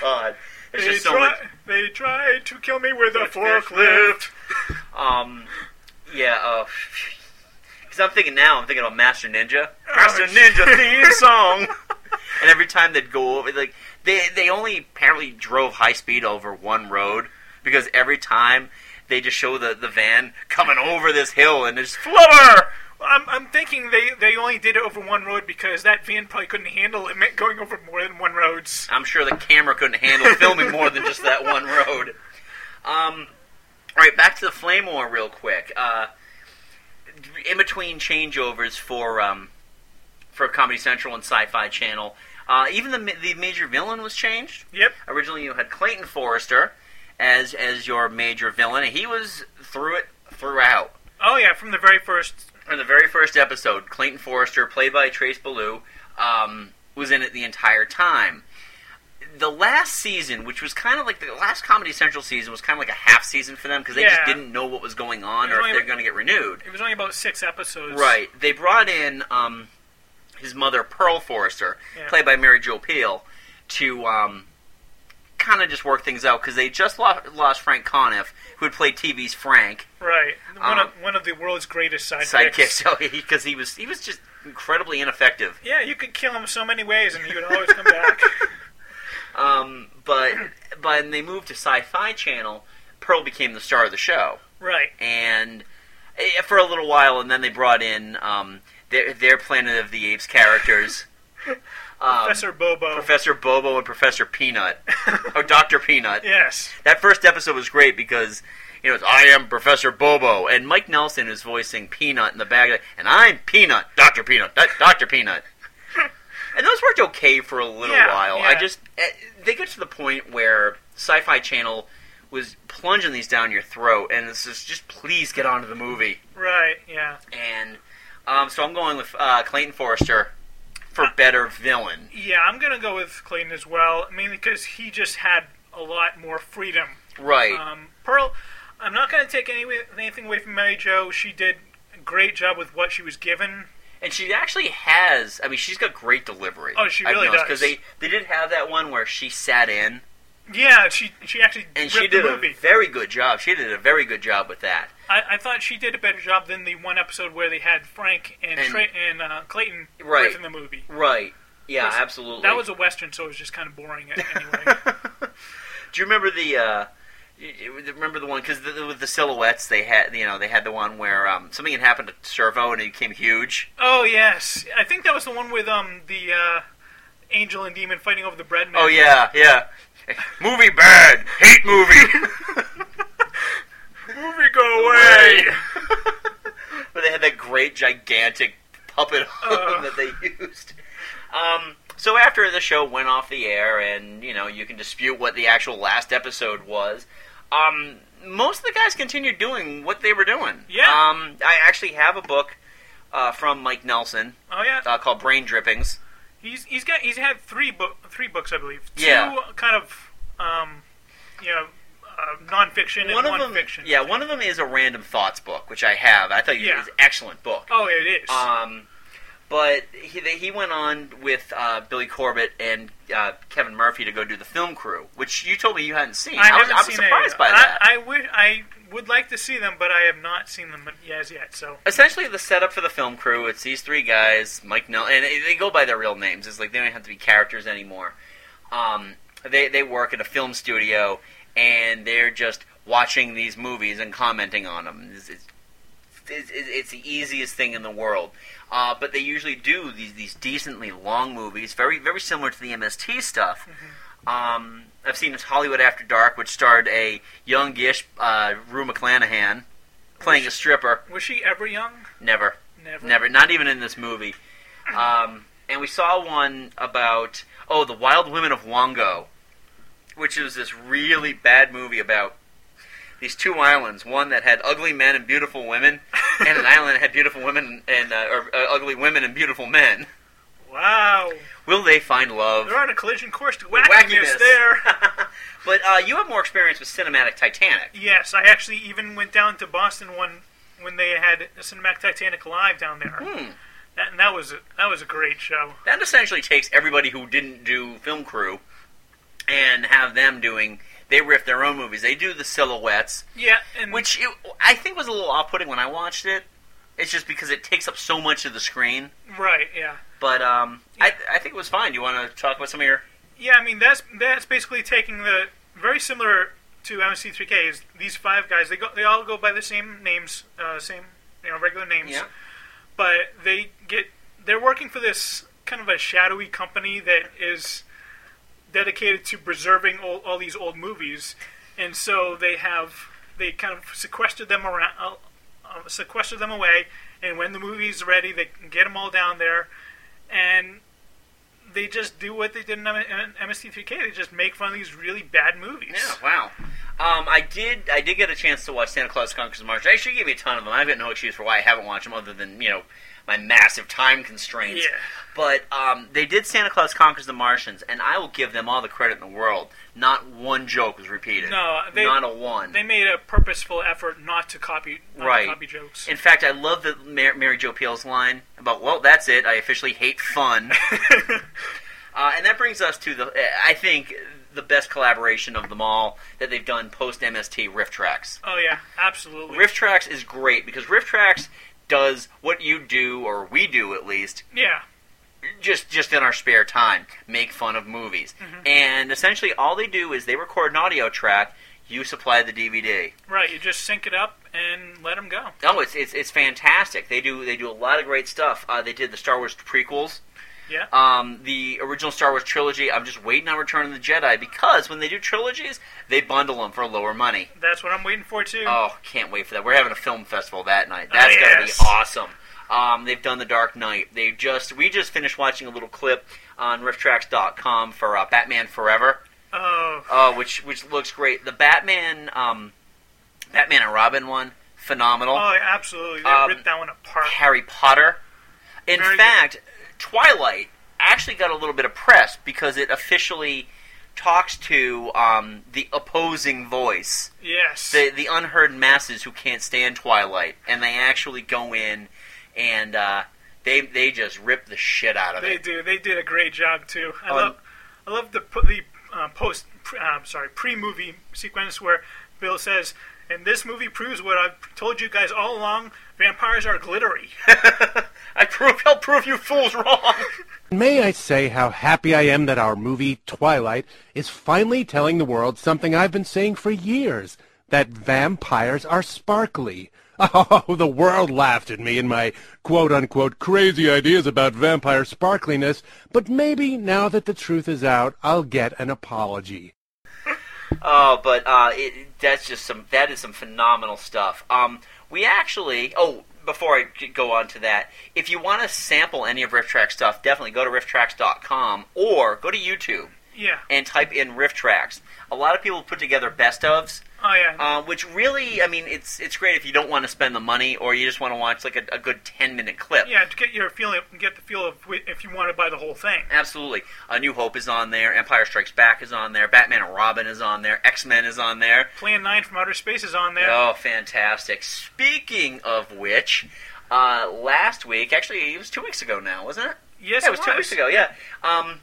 S3: God, there's
S4: they
S3: just so
S4: try,
S3: much.
S4: They tried to kill me with a
S3: With
S4: forklift.
S3: Um, yeah, because I'm thinking now, I'm thinking about Master Ninja.
S4: Master
S3: Ninja theme song. and every time they'd go over, like they they only apparently drove high speed over one road because every time they just show the the van coming over this hill and there's
S4: Flubber. I'm, I'm thinking they, they only did it over one road because that van probably couldn't handle it going over more than one roads.
S3: I'm sure the camera couldn't handle filming more than just that one road. Um, all right, back to the Flame War real quick. Uh, in between changeovers for um, for Comedy Central and Sci-Fi Channel, uh, even the ma- the major villain was changed.
S4: Yep.
S3: Originally, you had Clayton Forrester as as your major villain, and he was through it throughout.
S4: Oh yeah, from the very first.
S3: In the very first episode, Clayton Forrester, played by Trace Ballou, um, was in it the entire time. The last season, which was kind of like the last Comedy Central season, was kind of like a half season for them because they
S4: Yeah.
S3: just didn't know what was going on
S4: It
S3: or
S4: was
S3: if
S4: only-
S3: they're going to get renewed.
S4: It was only about six episodes.
S3: Right. They brought in um, his mother, Pearl Forrester,
S4: Yeah.
S3: played by Mary Jo Peel, to um, kind of just work things out because they just lost, lost Frank Conniff, who had played TV's Frank
S4: Right.
S3: Um,
S4: One of one of the world's greatest sidekicks.
S3: sidekick, so because he was he was just incredibly ineffective.
S4: Yeah, you could kill him so many ways, and he would always come back.
S3: Um, but but when they moved to Sci-Fi Channel, Pearl became the star of the show,
S4: Right.
S3: and eh, for a little while, and then they brought in um, their their Planet of the Apes characters. Um,
S4: Professor Bobo.
S3: Professor Bobo and Professor Peanut, or Doctor Peanut.
S4: Yes.
S3: That first episode was great because you know it's, I am Professor Bobo, and Mike Nelson is voicing Peanut in the back, and I'm Peanut, Doctor Peanut, Doctor Peanut. And those worked okay for a little
S4: Yeah,
S3: while.
S4: yeah.
S3: I just eh, they get to the point where Sci-Fi Channel was plunging these down your throat, and it's just just please get on to the movie.
S4: Right. Yeah.
S3: And um, so I'm going with uh, Clayton Forrester for better villain.
S4: Yeah, I'm gonna go with Clayton as well, mainly because he just had a lot more freedom.
S3: Right.
S4: Um, Pearl, I'm not gonna take any anything away from Mary Jo. She did a great job with what she was given.
S3: And she actually has. I mean, she's got great delivery.
S4: Oh, she really
S3: Because
S4: does.
S3: they they did have that one where she sat in,
S4: Yeah, she she actually
S3: and
S4: ripped
S3: she did
S4: the
S3: a
S4: movie.
S3: very good job. She did a very good job with that.
S4: I, I thought she did a better job than the one episode where they had Frank and
S3: And-
S4: Tra- and uh, Clayton
S3: Right.
S4: away from the movie.
S3: Right. Yeah,
S4: Because
S3: absolutely.
S4: That was a western, so it was just kind of boring anyway.
S3: Do you remember the? Uh, you- you remember the one because the, with the silhouettes they had, you know, they had the one where um, something had happened to Servo and he became huge.
S4: oh yes, I think that was the one with um the uh, angel and demon fighting over the bread man.
S3: Oh yeah, yeah. movie bad, hate movie.
S4: movie go away.
S3: but they had that great gigantic puppet that they used. Um, so after the show went off the air, and you know you can dispute what the actual last episode was. Um, most of the guys continued doing what they were doing.
S4: Yeah.
S3: Um, I actually have a book uh, from Mike Nelson.
S4: Oh, yeah.
S3: Uh, called Brain Drippings.
S4: He's he's got he's had three book three books I believe. Two
S3: Yeah.
S4: kind of um, you know uh, nonfiction
S3: one
S4: and
S3: of
S4: one
S3: them,
S4: fiction.
S3: yeah, one of them is a random thoughts book, which I have. I thought you
S4: Yeah.
S3: it was an excellent book.
S4: Oh, it is.
S3: Um, but he they- he went on with uh, Billy Corbett and uh, Kevin Murphy to go do the film crew, which you told me you hadn't seen.
S4: I
S3: was,
S4: haven't
S3: I was
S4: seen
S3: surprised
S4: any,
S3: by that.
S4: I, I would I would like to see them, but I have not seen them as yet. So
S3: Essentially, the setup for the film crew it's these three guys, Mike Nell, and they they go by their real names. It's like they don't have to be characters anymore. Um, they they work at a film studio and they're just watching these movies and commenting on them. It's, it's, it's, it's the easiest thing in the world. Uh, but they usually do these these decently long movies, very very similar to the MST stuff. Um, I've seen this Hollywood After Dark, which starred a youngish uh, Rue McClanahan playing a stripper.
S4: was she ever young?
S3: Never.
S4: Never.
S3: Never. Not even in this movie. Um, and we saw one about oh, the Wild Women of Wongo, which is this really bad movie about these two islands, one that had ugly men and beautiful women, and an island that had beautiful women and uh, or, uh, ugly women and beautiful men.
S4: Wow,
S3: Will they find love?
S4: they're on a collision course to
S3: Wackiness.
S4: wackiness, there.
S3: But uh, you have more experience with cinematic Titanic.
S4: yes, I actually even went down to Boston one when they had Cinematic Titanic live down there.
S3: Hmm.
S4: That, and that was a, that was a great show.
S3: That essentially takes everybody who didn't do film crew and have them doing. They riff their own movies. They do the silhouettes,
S4: Yeah, and
S3: which it, I think was a little off-putting when I watched it. It's just because it takes up so much of the screen.
S4: right, yeah.
S3: But um, I, I think it was fine. Do you want to talk about some of your?
S4: Yeah, I mean that's that's basically taking the very similar to MC3K is these five guys. They go they all go by the same names, uh, same you know regular names.
S3: Yeah.
S4: But they get they're working for this kind of a shadowy company that is dedicated to preserving all, all these old movies, and so they have they kind of sequestered them around, uh, uh, sequestered them away, and when the movie's ready, they can get them all down there, and they just do what they did in M- M- MST3K. They just make fun of these really bad movies.
S3: Yeah, wow. Um, I did. I did get a chance to watch Santa Claus Conquers Mars. They actually gave me a ton of them. I've got no excuse for why I haven't watched them, other than you know my massive time constraints.
S4: Yeah.
S3: But um, they did Santa Claus Conquers the Martians, and I will give them all the credit in the world. Not one joke was repeated.
S4: No, they,
S3: not a one.
S4: They made a purposeful effort not to copy, not to
S3: right.
S4: copy jokes.
S3: In fact, I love the Mar- Mary Jo Peel's line about, "Well, that's it. I officially hate fun." uh, and that brings us to the, I think, the best collaboration of them all that they've done post MST Riff Tracks.
S4: oh yeah, absolutely.
S3: Riff Tracks is great because Riff Tracks does what you do, or we do at least,
S4: yeah,
S3: just just in our spare time, make fun of movies. And essentially, all they do is they record an audio track. You supply the DVD.
S4: right. You just sync it up and let them go.
S3: Oh, it's it's it's fantastic. They do they do a lot of great stuff. Uh, they did the Star Wars prequels,
S4: Yeah.
S3: um, the original Star Wars trilogy. I'm just waiting on Return of the Jedi because when they do trilogies, they bundle them for lower money.
S4: That's what I'm waiting for too.
S3: Oh, can't wait for that. We're having a film festival that night.
S4: Mm-hmm. Oh,
S3: That's gonna be
S4: yes.
S3: awesome. Um, they've done the Dark Knight. They just we just finished watching a little clip on rifftracks.com for uh, Batman Forever,
S4: Oh,
S3: uh, which which looks great. The Batman um, Batman and Robin one, phenomenal.
S4: oh, yeah, absolutely. They
S3: Um,
S4: ripped that one apart.
S3: Harry Potter. In
S4: Very good.
S3: fact, Twilight actually got a little bit of press because it officially talks to um, the opposing voice,
S4: Yes.
S3: the the unheard masses who can't stand Twilight, and they actually go in and uh, they they just rip the shit out of
S4: They
S3: it.
S4: do. They did a great job too. I
S3: Oh,
S4: love, I love the po- the uh, post. Pre, um, sorry, pre-movie sequence where Bill says, "And this movie proves what I've told you guys all along: vampires are glittery."
S3: I prove I'll prove you fools wrong.
S7: May I say how happy I am that our movie Twilight is finally telling the world something I've been saying for years, that vampires are sparkly. Oh, the world laughed at me and my quote-unquote crazy ideas about vampire sparkliness, but maybe now that the truth is out, I'll get an apology.
S3: Oh, but uh, it, that's just some that is some phenomenal stuff. Um, we actually oh before I g- go on to that, if you want to sample any of Riff Track stuff, definitely go to rifftracks.com or go to YouTube
S4: yeah.
S3: and type in Riff Tracks. A lot of people put together best ofs.
S4: Oh yeah.
S3: Uh, which really, I mean, it's it's great if you don't want to spend the money or you just want to watch like a, a good ten minute clip.
S4: Yeah, to get your feeling, get the feel of wi- if you want to buy the whole thing.
S3: Absolutely. A New Hope is on there. Empire Strikes Back is on there. Batman and Robin is on there. X Men is on there.
S4: Plan Nine from Outer Space is on there.
S3: Oh, fantastic! Speaking of which, uh, last week, actually, it was two weeks ago now, wasn't it?
S4: Yes,
S3: yeah,
S4: it
S3: it was two
S4: was.
S3: weeks ago. Yeah. Um,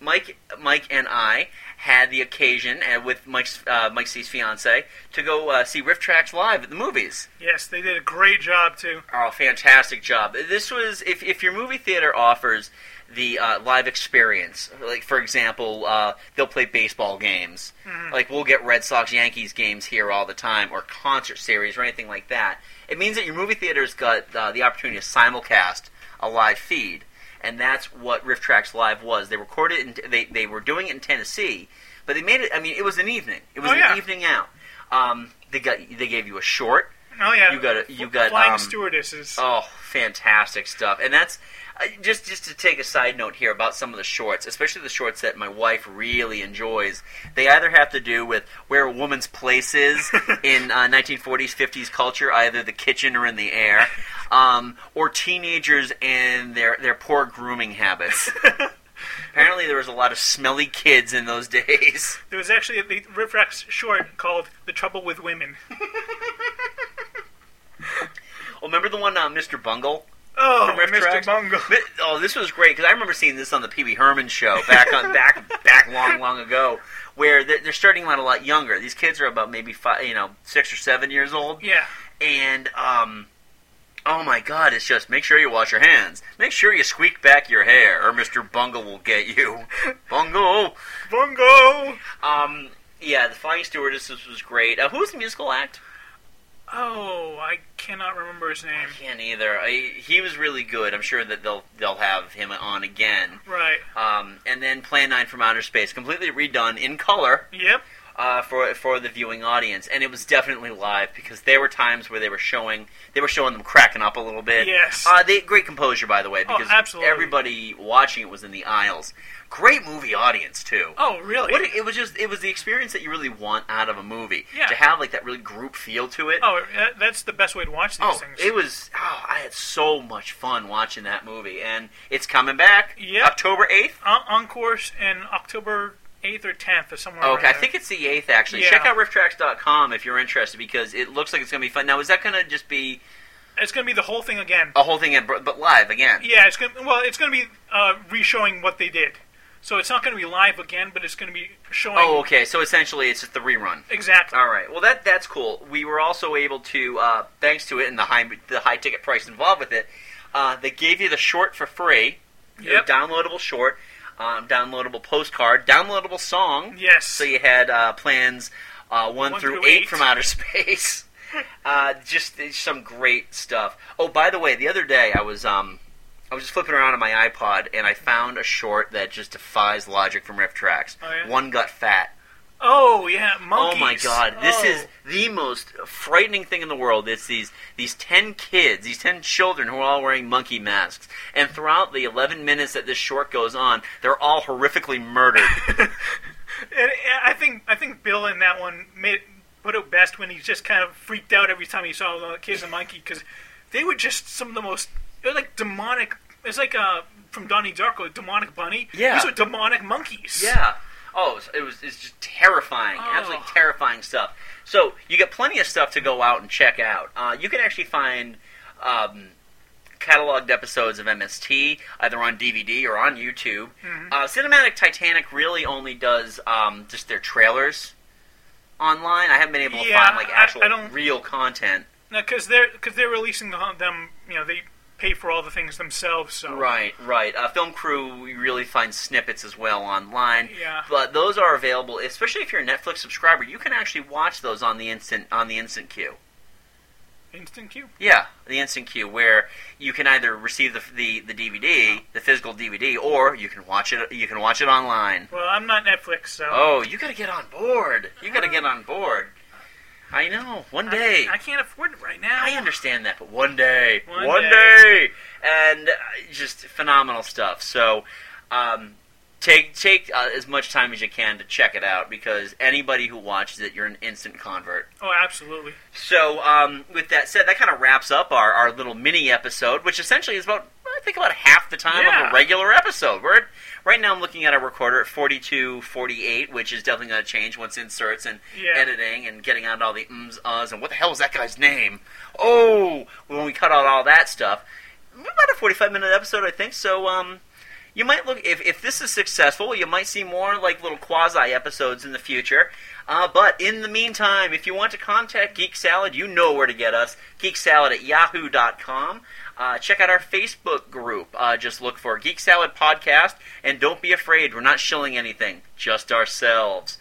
S3: Mike, Mike, and I had the occasion, and with Mike's uh, Mike C's fiance, to go uh, see Riff Tracks live at the movies.
S4: Yes, they did a great job too.
S3: Oh, fantastic job! This was if if your movie theater offers the uh, live experience, like for example, uh, they'll play baseball games.
S4: Mm-hmm.
S18: Mhm.
S3: Like we'll get Red Sox Yankees games here all the time, or concert series, or anything like that. It means that your movie theater's got uh, the opportunity to simulcast a live feed, and that's what Rift Tracks Live was. They recorded it, in, they they were doing it in Tennessee, but they made it. I mean, it was an evening. It was
S4: Oh,
S3: an
S4: yeah.
S3: evening out. Um, they got they gave you a short.
S4: Oh yeah.
S3: You got a, you got
S4: Flying
S3: um,
S4: Stewardesses.
S3: Oh, fantastic stuff! And that's uh, just just to take a side note here about some of the shorts, especially the shorts that my wife really enjoys. They either have to do with where a woman's place is in uh, 1940s, 50s culture, either the kitchen or in the air, um, or teenagers and their their poor grooming habits. Apparently, there was a lot of smelly kids in those days.
S4: There was actually a the Riff Rax short called "The Trouble with Women."
S3: Well, remember the one uh, Mr. Bungle?
S4: Oh,
S3: From Riff
S4: Mr.
S3: Tracks?
S4: Bungle.
S3: Mi- Oh, this was great because I remember seeing this on the Pee Wee Herman show back on back back long long ago, where they're, they're starting out a lot younger. These kids are about maybe five, you know, six or seven years old.
S4: Yeah.
S3: And um, oh my God, it's just make sure you wash your hands, make sure you squeak back your hair, or Mr. Bungle will get you. Bungle,
S4: Bungle.
S3: Um, yeah, the Flying Stewardesses was great. Uh, who was the musical act?
S4: Oh, I cannot remember his name.
S3: Can't either. I, he was really good. I'm sure that they'll they'll have him on again.
S4: Right.
S3: Um, and then Plan 9 from Outer Space, completely redone in color.
S4: Yep.
S3: Uh, for for the viewing audience, and it was definitely live because there were times where they were showing they were showing them cracking up a little bit.
S4: Yes.
S3: Uh, they great composure by the way
S4: Oh,
S3: because
S4: absolutely.
S3: everybody watching it was in the aisles. Great movie audience too.
S4: Oh, really?
S3: What, it was just it was the experience that you really want out of a movie
S4: Yeah.
S3: to have like that really group feel to it.
S4: Oh, that- that's the best way to watch these
S3: Oh,
S4: things.
S3: it was. Oh, I had so much fun watching that movie, and it's coming back.
S4: Yep.
S3: October eighth.
S4: on, on course in October eighth or tenth or somewhere. around
S3: Oh, Okay, I
S4: there.
S3: think it's the eighth. Actually,
S4: Yeah.
S3: check out rifftracks.com if you're interested because it looks like it's going to be fun. Now, is that going to just be
S4: it's going to be the whole thing again.
S3: a whole thing, at, but live again?
S4: Yeah, it's going. to Well, it's going to be uh, re-showing what they did. So it's not going to be live again, but it's going to be showing.
S3: Oh, okay. So essentially, it's just the rerun.
S4: Exactly.
S3: All right. Well, that that's cool. We were also able to, uh, thanks to it and the high the high ticket price involved with it, uh, they gave you the short for free,
S4: Yep.
S3: a downloadable short, um, downloadable postcard, downloadable song.
S4: Yes.
S3: So you had uh, plans uh, one,
S4: One
S3: through
S4: through
S3: eight
S4: eight.
S3: from outer space. uh, just it's some great stuff. Oh, by the way, the other day I was um, I was just flipping around on my iPod and I found a short that just defies logic from Riff Tracks.
S4: Oh, yeah?
S3: One got fat.
S4: Oh yeah,
S3: Oh
S4: monkeys.
S3: my god, this
S4: Oh.
S3: is the most frightening thing in the world. It's these these 10 kids, these 10 children who are all wearing monkey masks. And throughout the 11 minutes that this short goes on, they're all horrifically murdered.
S4: And and I think I think Bill in that one made it, put it best when he just kind of freaked out every time he saw the kids and monkey because they were just some of the most. They're like demonic. It's like uh, from Donnie Darko, demonic bunny.
S3: Yeah.
S4: these were demonic monkeys.
S3: Yeah. Oh, it was, it was it's just terrifying,
S4: Oh.
S3: absolutely terrifying stuff. So you got plenty of stuff to go out and check out. Uh, you can actually find um, cataloged episodes of MST either on DVD or on YouTube.
S18: Mhm.
S4: Mm-hmm.
S3: Uh, Cinematic Titanic really only does um, just their trailers online. I haven't been able to
S4: Yeah,
S3: find like
S4: I-
S3: actual
S4: I don't-
S3: real content.
S4: No, because they're because they're releasing the, them. You know, they pay for all the things themselves. So
S3: Right, right. Uh, film crew, we really find snippets as well online.
S4: Yeah.
S3: But those are available, especially if you're a Netflix subscriber. You can actually watch those on the instant on the instant queue.
S4: instant queue.
S3: Yeah, the instant queue, where you can either receive the, the the DVD, the physical DVD, or you can watch it. You can watch it online.
S4: Well, I'm not Netflix, so
S3: Oh, you gotta get on board. You gotta get on board. I know. One day.
S4: I, I can't afford it right now.
S3: I understand that, but one day,
S4: One
S3: one
S4: day.
S3: day, and uh, just phenomenal stuff. So, um, take take uh, as much time as you can to check it out because anybody who watches it, you're an instant convert.
S4: Oh, absolutely.
S3: So, um, with that said, that kind of wraps up our, our little mini episode, which essentially is about I think about half the time of
S4: Yeah.
S3: a regular episode. We're at, right now. I'm looking at our recorder at 42, 48, which is definitely going to change once inserts and
S4: Yeah.
S3: editing and getting out all the ums, uhs, and what the hell is that guy's name? Oh, when we cut out all that stuff, we're about a 45 minute episode, I think. So, um, you might look if, if this is successful you might see more like little quasi episodes in the future uh, but in the meantime if you want to contact geek salad you know where to get us geek salad at yahoo.com uh, check out our facebook group uh, just look for geek salad podcast and don't be afraid we're not shilling anything just ourselves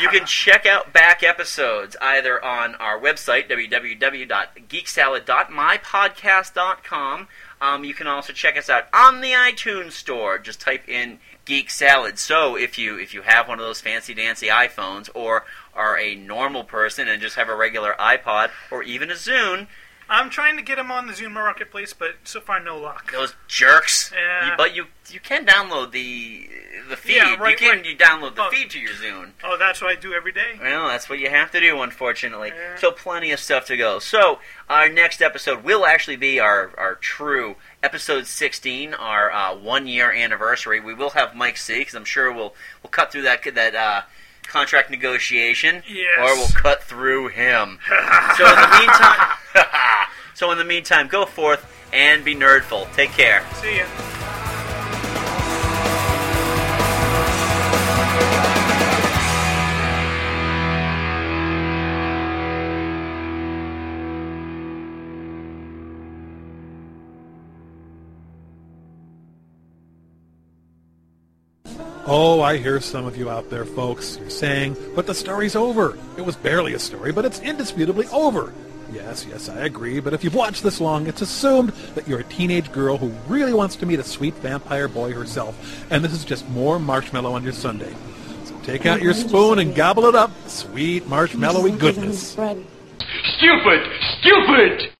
S3: you can check out back episodes either on our website www.geeksalad.mypodcast.com. Um, you can also check us out on the iTunes store. Just type in Geek Salad. So if you if you have one of those fancy dancy iPhones or are a normal person and just have a regular iPod or even a Zune,
S4: I'm trying to get him on the Zoom marketplace, but so far no luck.
S3: those jerks.
S4: Yeah.
S3: You- but you you can download the the feed.
S4: Yeah, right,
S3: you can
S4: right.
S3: you download the
S4: Oh.
S3: feed to your Zune.
S4: Oh, that's what I do every day.
S3: Well, that's what you have to do, unfortunately. So, plenty of stuff to go. So, our next episode will actually be our, our true episode 16, our uh, one year anniversary. We will have Mike C, because I'm sure we'll, we'll cut through that, that uh, contract negotiation,
S4: Yes.
S3: or we'll cut through him. so, in the meantime, so, in the meantime, go forth and be nerdful. Take care.
S4: See ya.
S7: Oh, I hear some of you out there, folks. You're saying, but the story's over. It was barely a story, but it's indisputably over. Yes, yes, I agree, but if you've watched this long, it's assumed that you're a teenage girl who really wants to meet a sweet vampire boy herself, and this is just more marshmallow on your Sunday. So take out your spoon and gobble it up. Sweet marshmallowy goodness.
S17: Stupid! Stupid!